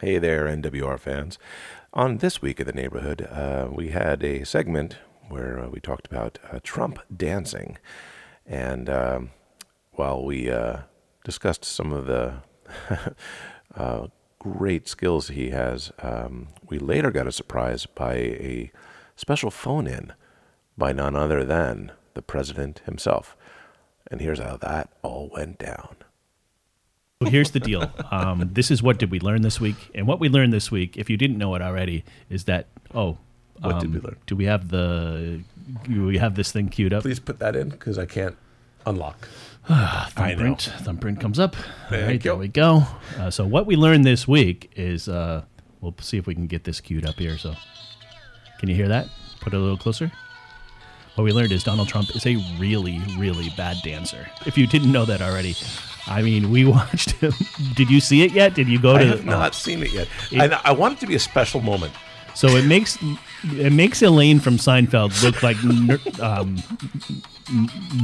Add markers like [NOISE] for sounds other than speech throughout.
Hey there, NWR fans. On this week of the neighborhood, uh, we had a segment where uh, we talked about uh, Trump dancing. And um, while we uh, discussed some of the [LAUGHS] uh, great skills he has, um, we later got a surprise by a special phone in by none other than the president himself. And here's how that all went down. Well, here's the deal. Um, this is what did we learn this week, and what we learned this week, if you didn't know it already, is that oh, What did um, we learn? Do we have the do we have this thing queued up? Please put that in because I can't unlock. Ah, thumbprint. Thumbprint comes up. All right, you. there we go. Uh, so what we learned this week is uh, we'll see if we can get this queued up here. So can you hear that? Put it a little closer. What we learned is Donald Trump is a really, really bad dancer. If you didn't know that already, I mean, we [LAUGHS] watched him. Did you see it yet? Did you go I to? have not seen it yet. and I want it to be a special [LAUGHS] moment. So it makes it makes Elaine from Seinfeld look like Nur, um,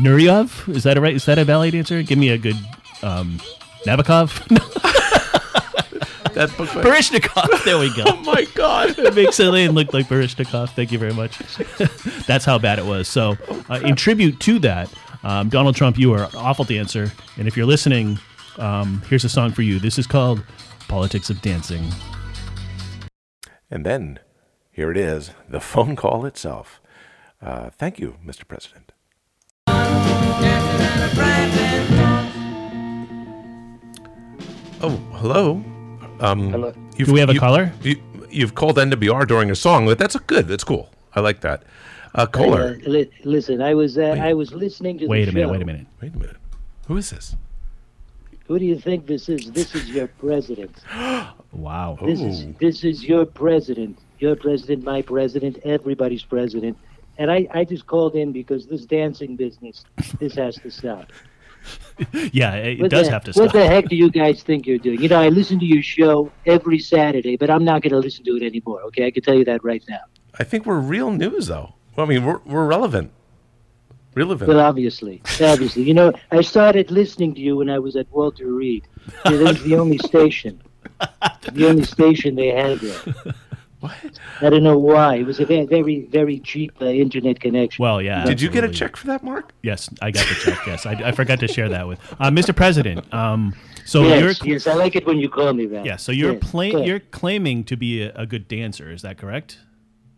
Nuryov. Is that a right? Is that a ballet dancer? Give me a good um, Nabokov, [LAUGHS] no, That book. Barishnikov. There we oh [LAUGHS] go. my god! It makes Elaine look like Barishnikov. Thank you very much. [LAUGHS] That's how bad it was. So uh, in tribute to that, um, Donald Trump, you are an awful dancer. And if you're listening, um, here's a song for you. This is called "Politics of Dancing." And then, here it is, the phone call itself. Uh, thank you, Mr. President. Oh, hello. Um, Hello. You've, Do we have a you- caller? You, you've called NWR during a song. That- That's good. That's cool. I like that. Uh, caller. Uh, li- listen, I was uh, I was listening to. Wait the a minute. show. Wait a minute. Wait a minute. Who is this? Who do you think this is? This is your president. Wow. This is this is your president. Your president, my president, everybody's president. And I, I just called in because this dancing business, this has to stop. Yeah, [LAUGHS] it What does the- have to What stop. the heck do you guys think you're doing? You know, I listen to your show every Saturday, but I'm not going to listen to it anymore. Okay, I can tell you that right now. I think we're real news, though. Well, I mean, we're, we're relevant. Relevant. Well, obviously, obviously, you know, I started listening to you when I was at Walter Reed. It was the only station, the only station they had there. what? I don't know why. It was a very, very, very cheap uh, internet connection. Well, yeah. Did you get a absolutely. check for that, Mark? Yes, I got the check. Yes, I, I forgot to share that with uh, Mr. President. Um, so you're yes, yes, I like it when you call me that. yeah, so you're Yes, pla- good. you're claiming to be a, a good dancer. Is that correct?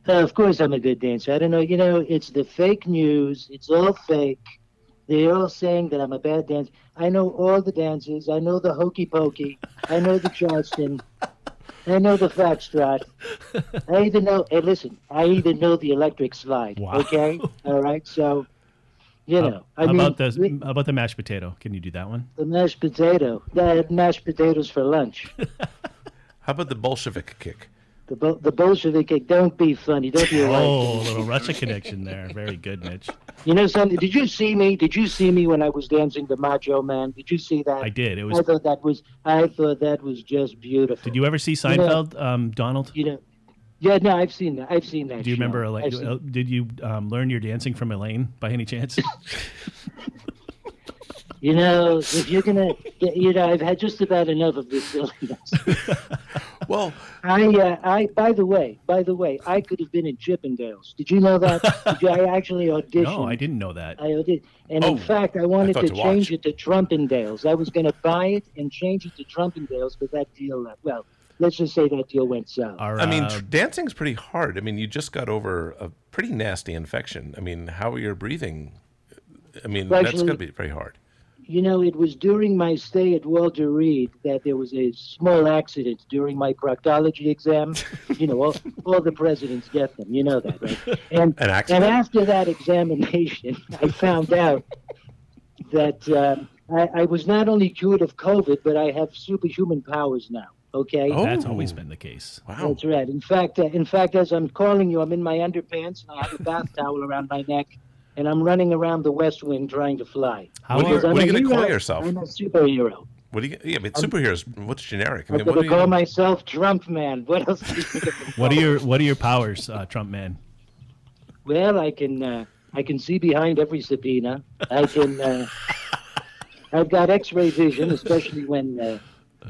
Uh, of course, I'm a good dancer. I don't know. You know, it's the fake news. It's all fake. They're all saying that I'm a bad dancer. I know all the dances. I know the hokey pokey. I know the Charleston. I know the foxtrot. I even know. Hey, listen. I even know the electric slide. Wow. Okay. All right. So, you know, I How mean, about the we- how about the mashed potato? Can you do that one? the mashed potato. I had mashed potatoes for lunch. How about the Bolshevik kick? The Bo- the Bolshevik cake. Don't be funny. Don't be a white Oh, a little Russia connection there. Very good, Mitch. You know something? Did you see me? Did you see me when I was dancing the Macho Man? Did you see that? I did. It I was. thought that was. I thought that was just beautiful. Did you ever see know- Seinfeld, um, Donald? You know. Yeah, no, I've seen that. I've seen that. Do you show. remember? I've Like, seen- uh, did you um, learn your dancing from Elaine by any [LAUGHS] chance? you know, if you're gonna, [LAUGHS] you know, I've had just about enough of this silliness. [LAUGHS] Well, I, uh, I. By the way, by the way, I could have been in Chippendales. Did you [LAUGHS] know that? did you, I actually auditioned. no, I didn't know that. I did. And Oh, in fact, I wanted thought to to watch. change it to Trumpendales. I was going to buy it and change it to Trumpendales, but that deal, uh, well, let's just say that deal went south. Our, I mean, uh, tr- dancing's pretty hard. I mean, you just got over a pretty nasty infection. I mean, how are your breathing? I mean, Well, that's actually- going to be very hard. You know, it was during my stay at Walter Reed that there was a small accident during my proctology [LAUGHS] exam. you know, all, all the presidents get them. You know that, right? And, An and accident. after that examination, [LAUGHS] I found out that um, I, I was not only cured of COVID, but I have superhuman powers now. Okay. Oh. that's always been the case. wow. That's right. In fact, uh, in fact, as I'm calling you, I'm in my underpants and I have [LAUGHS] a bath towel around my neck, and I'm running around the west wing trying to fly. How What do you- are, Because I'm what are a you gonna call hero. yourself? I'm a superhero. What do you? Yeah, but superheroes. What's generic? I I'm mean, what do going to call you? myself Trump Man. [LAUGHS] What else? Do you [LAUGHS] think I can what are call your what are your powers, uh, Trump man? it? Well, I can uh, I can see behind [LAUGHS] every subpoena. I can. Uh, I've got X-ray vision, especially when uh,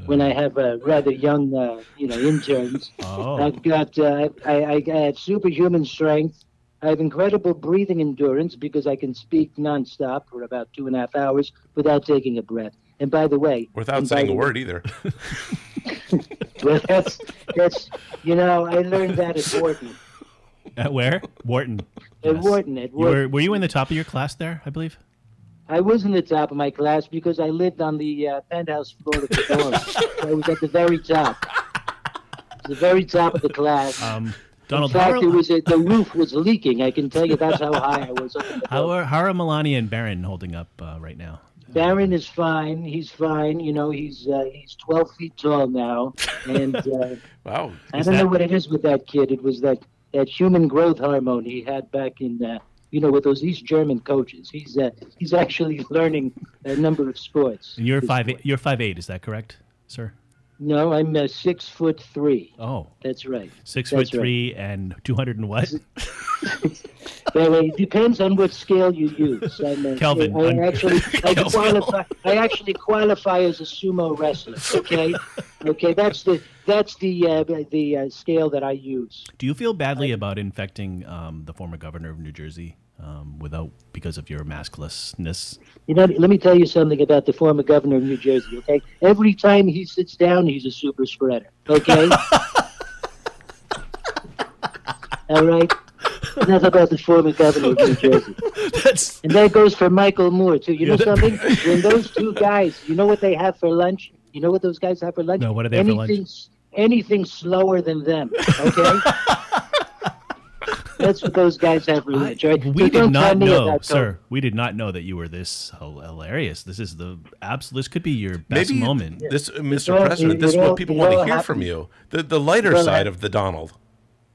when I have uh, rather young, uh, you know, interns. Oh, I've got uh, I, I, I have superhuman strength. I have incredible breathing endurance because I can speak nonstop for about two and a half hours without taking a breath. And by the way, without and by saying the a way- word either. well, [LAUGHS] that's that's you know I learned that at Wharton. at Uh, [LAUGHS] where? Wharton. At Yes. Wharton, at You were, Wharton. were you in the top of your class there? I believe. I was in the top of my class because I lived on the uh, penthouse floor of the [LAUGHS] dorm. so I was at the very top, the very top of the class. Um, in Donald, how fact, it are, was a, the roof was leaking. I can tell you that's how high I was. Up in the how dorm. are how are Melania and Barron holding up uh, right now? Baron is fine. He's fine. You know, he's uh, he's 12 feet tall now, and [LAUGHS] uh, Wow. I Is don't know that- what it is with that kid. It was that that human growth hormone he had back in. Uh, you know, with those East German coaches, he's uh, he's [LAUGHS] actually learning a number of sports. And you're This five. boy. Eight, you're five eight. Is that correct, sir? No, I'm uh, six foot three. Oh, That's right. six That's foot three and two hundred and [LAUGHS] what? Right. Well, it depends on what scale you use. I'm, uh, Kelvin, I, I'm- actually, [LAUGHS] I, Kelvin. qualify, I actually qualify as a sumo wrestler. [LAUGHS] Okay, okay. That's the that's the uh, the uh, scale that I use. Do you feel badly about infecting um, the former governor of New Jersey um, without because of your masklessness? [LAUGHS] You know, let me tell you something about the former governor of New Jersey. Okay, every time he sits down, he's a super spreader. [LAUGHS] Okay. All right. Enough about the former governor of New Jersey. That's And that goes for Michael Moore too. You know Yeah, that- something? when those two guys, you know what they have for lunch? You know what those guys have for lunch? No, what do they have for lunch? Anything s- Anything slower than them, [LAUGHS] okay? That's what those guys have for lunch, right? So we did don't tell not me know, about sir. We did not know that you were this hil- hilarious. This is the absolute. This could be your best Maybe moment. this, Mr. all- President, it- this is it what all- people it want to all hear from happened. you. The, the lighter all side hap- of the Donald.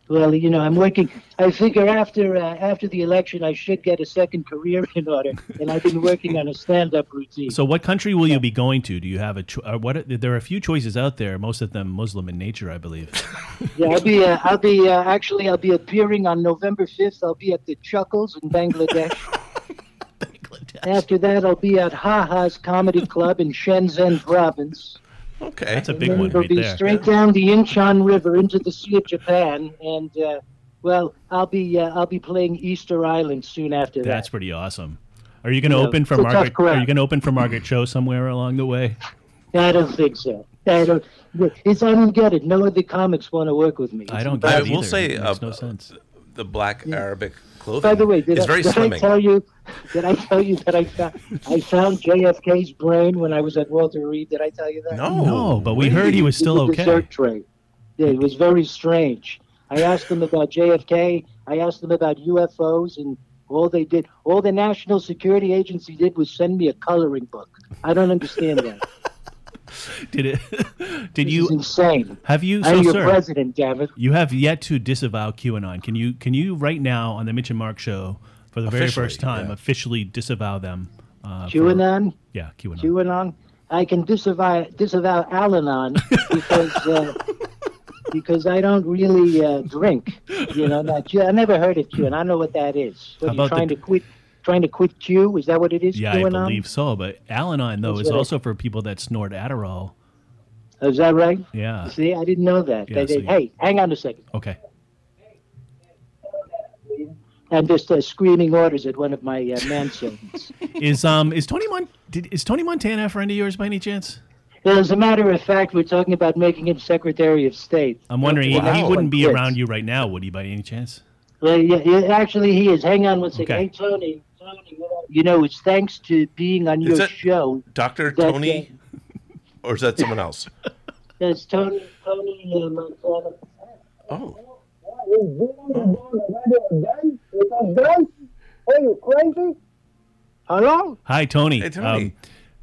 Well, you know, I'm working. I figure after uh, after the election, I should get a second career [LAUGHS] in order, and I've been working on a stand-up routine. So, what country will you be going to? Do you have a? Cho- uh, what? are- There are a few choices out there. Most of them Muslim in nature, [LAUGHS] I believe. yeah, I'll be uh, I'll be uh, actually I'll be appearing on November fifth. I'll be at the Chuckles in Bangladesh. Bangladesh. After that, I'll be at Ha Ha's Comedy Club in Shenzhen Province. Okay. That's a big Then one it'll right be there. straight down the Incheon River into the Sea of Japan, and uh, well, I'll be uh, I'll be playing Easter Island soon after That's that. pretty awesome. Are you going to Yeah, open for it's a tough Margaret? Are crowd. you going to open for Margaret Cho somewhere along the way? I don't think so. I don't. It's I don't get it. No other comics want to work with me. I don't I get it will either. say, it makes uh, no sense. The black Arabic clothing By the way, did, is I, very did I slimming. tell you? Did I tell you that I found I found JFK's brain when I was at Walter Reed? Did I tell you that? no. no, but we heard he was still It was a okay. Dessert tray. Yeah, it was very strange. I asked them about JFK. I asked them about UFOs, and all they did, all the National Security Agency did was send me a coloring book. I don't understand that. Did it? [LAUGHS] Did [LAUGHS] This you? is insane. Have you? So, I'm your sir, president, damn it. you have yet to disavow QAnon. Can you? Can you right now on the Mitch and Mark show for the very Officially, first time yeah. officially disavow them? Uh, for- QAnon, yeah, QAnon. QAnon. I can disavow disavow Al-Anon [LAUGHS] because uh, because I don't really uh, drink. You know, that I never heard of Q, and I don't know what that is. What, How about are you the- trying to quit? Trying to quit Q? Is that what it is? Yeah, I QAnon? believe so. But Al-Anon though That's is what I- also for people that snort Adderall. Is that right? Yeah. See, I didn't know that. Yeah, They- they- so you- hey, hang on a second. Okay. I'm just uh, screaming orders at one of my uh, [LAUGHS] manservants. Is um is Tony Mon did, is Tony Montana a friend of yours by any chance? As a matter of fact, we're talking about making him Secretary of State. I'm wondering he- he Wow. wouldn't be Yes. around you right now, would he? By any chance? Well, yeah, yeah, actually, he is. Hang on one second. Okay. Hey, Tony. Tony, you know- you know, it's thanks to being on your that- show. Dr. That's Tony, or is that someone else? That's Tony, Tony uh, Montana. Oh, Are you crazy? Hello? Hi, Tony. Hey, Tony. Um,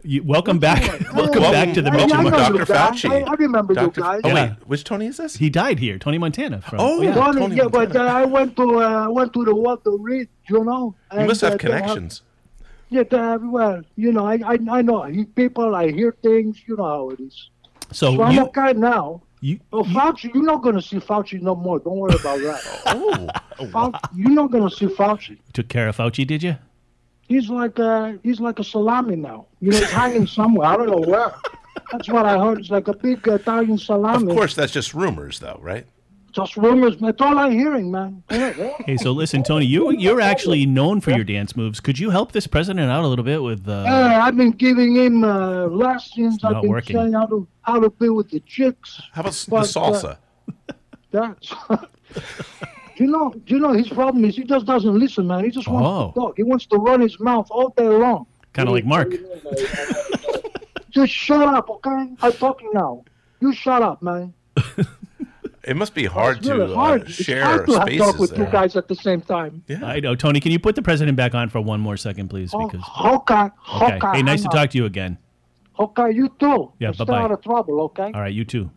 you, welcome back. [LAUGHS] welcome Well, back to the I- Mitch I and know Dr. Mark. you guys. Fauci. I, I remember Dr. you guys. Oh, Yeah. wait, which Tony is this? He died here. Tony Montana from. Oh, yeah. Tony, Tony yeah, but uh, Montana. I went to uh, I went to the Walter Reed, you know. you and, must uh, have they have- [LAUGHS] connections. Yeah, they have- well, you know, I I, I know I- people, I hear things, you know how it is. So So I'm you, okay now. you Oh, Fauci, you're not gonna see Fauci no more. Don't worry about [LAUGHS] that. Oh, oh, wow. Fauci, you're not gonna see Fauci. took care of Fauci, did you? He's like uh he's like a salami now. You know, he's hanging somewhere. I don't know where. That's what I heard. It's like a big Italian Of salami. course, that's just rumors, though, right? Just rumors. That's all I'm hearing, man. Yeah. Hey, so listen, Tony, you you're actually known for your dance moves. Could you help this president out a little bit with? Uh, Uh, I've been giving him uh, lessons. not I've been working. saying how to how to be with the chicks. How about s- the But, uh, salsa? That's. [LAUGHS] you know, you know, his problem is he just doesn't listen, man. He just wants Oh. to talk. He wants to run his mouth all day long. kind of like Mark. Just shut up, okay? I'm talking now. You shut up, man. It must be hard It's to really uh, hard. It's share hard to have talk spaces with there. you guys at the same time. Yeah. I know, Tony. Can you put the president back on for one more second, please? Oh, Because okay, okay. okay. Hey, nice to I'm talk to you again. out. Okay, you too. Yeah, You Stay bye-bye. out of trouble, okay? All right, you too.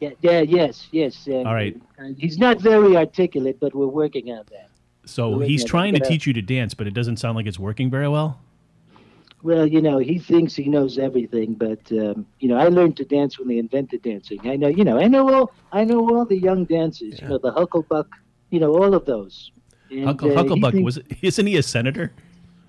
Yeah, yeah, yes, yes. Uh, All right. uh, He's not very articulate, but we're working on that. So We're he's gonna trying to get out. teach you to dance, but it doesn't sound like it's working very well. Well, you know, he thinks he knows everything, but um, you know, I learned to dance when they invented dancing. I know, you know, I know all, I know all the young dances. You know, the Hucklebuck, you know, all of those. And, Huckle, uh, he Hucklebuck [LAUGHS] thinks- was isn't he a senator?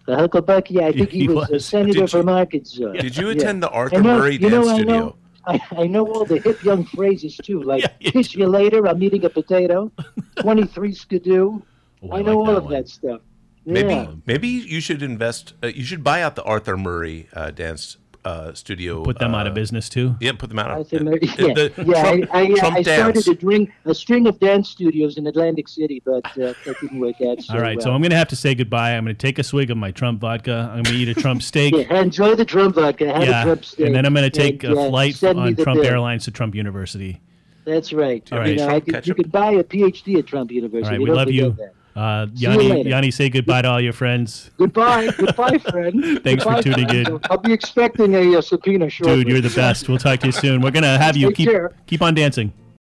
the Hucklebuck. Yeah, I think he, he was, a was. senator Did you- from Arkansas. Did you Yeah. attend the Arthur I know- Murray you know, Dance I know- Studio? I, I know all the hip young phrases [LAUGHS] too, like Yeah, you kiss you later, I'm eating [LAUGHS] a potato, twenty three skidoo. Oh, I, know all like of one. that stuff. Maybe Yeah. maybe you should invest. Uh, you should buy out the Arthur Murray uh, dance uh, studio. Put them out of uh, business too. Yeah, put them out uh, I of think maybe- the- the- [LAUGHS] yeah, yeah. Trump, I, I, uh, Trump I started dance. a, drink, a string of dance studios in Atlantic City, but uh, that didn't work [LAUGHS] out. So, All right, so well. I'm gonna have to say goodbye. I'm gonna take a swig of my Trump vodka. I'm gonna eat a [LAUGHS] Trump steak. yeah, enjoy the drum vodka. Have a Yeah, Trump steak, and then I'm going to take and, a uh, flight send me on the Trump bill. Airlines to Trump University. That's right. All You, right. know, I Trump could, you ketchup. could buy a PhD at Trump University. All right, You we don't love forget you. That. Uh, you Yanni, later. Yanni, say goodbye to all your friends. Goodbye, goodbye, friend. [LAUGHS] Thanks for Goodbye, tuning friend. in. I'll be expecting a, uh subpoena shortly. Dude, you're the best. We'll talk to you soon. We're going to have you Take keep care. keep on dancing.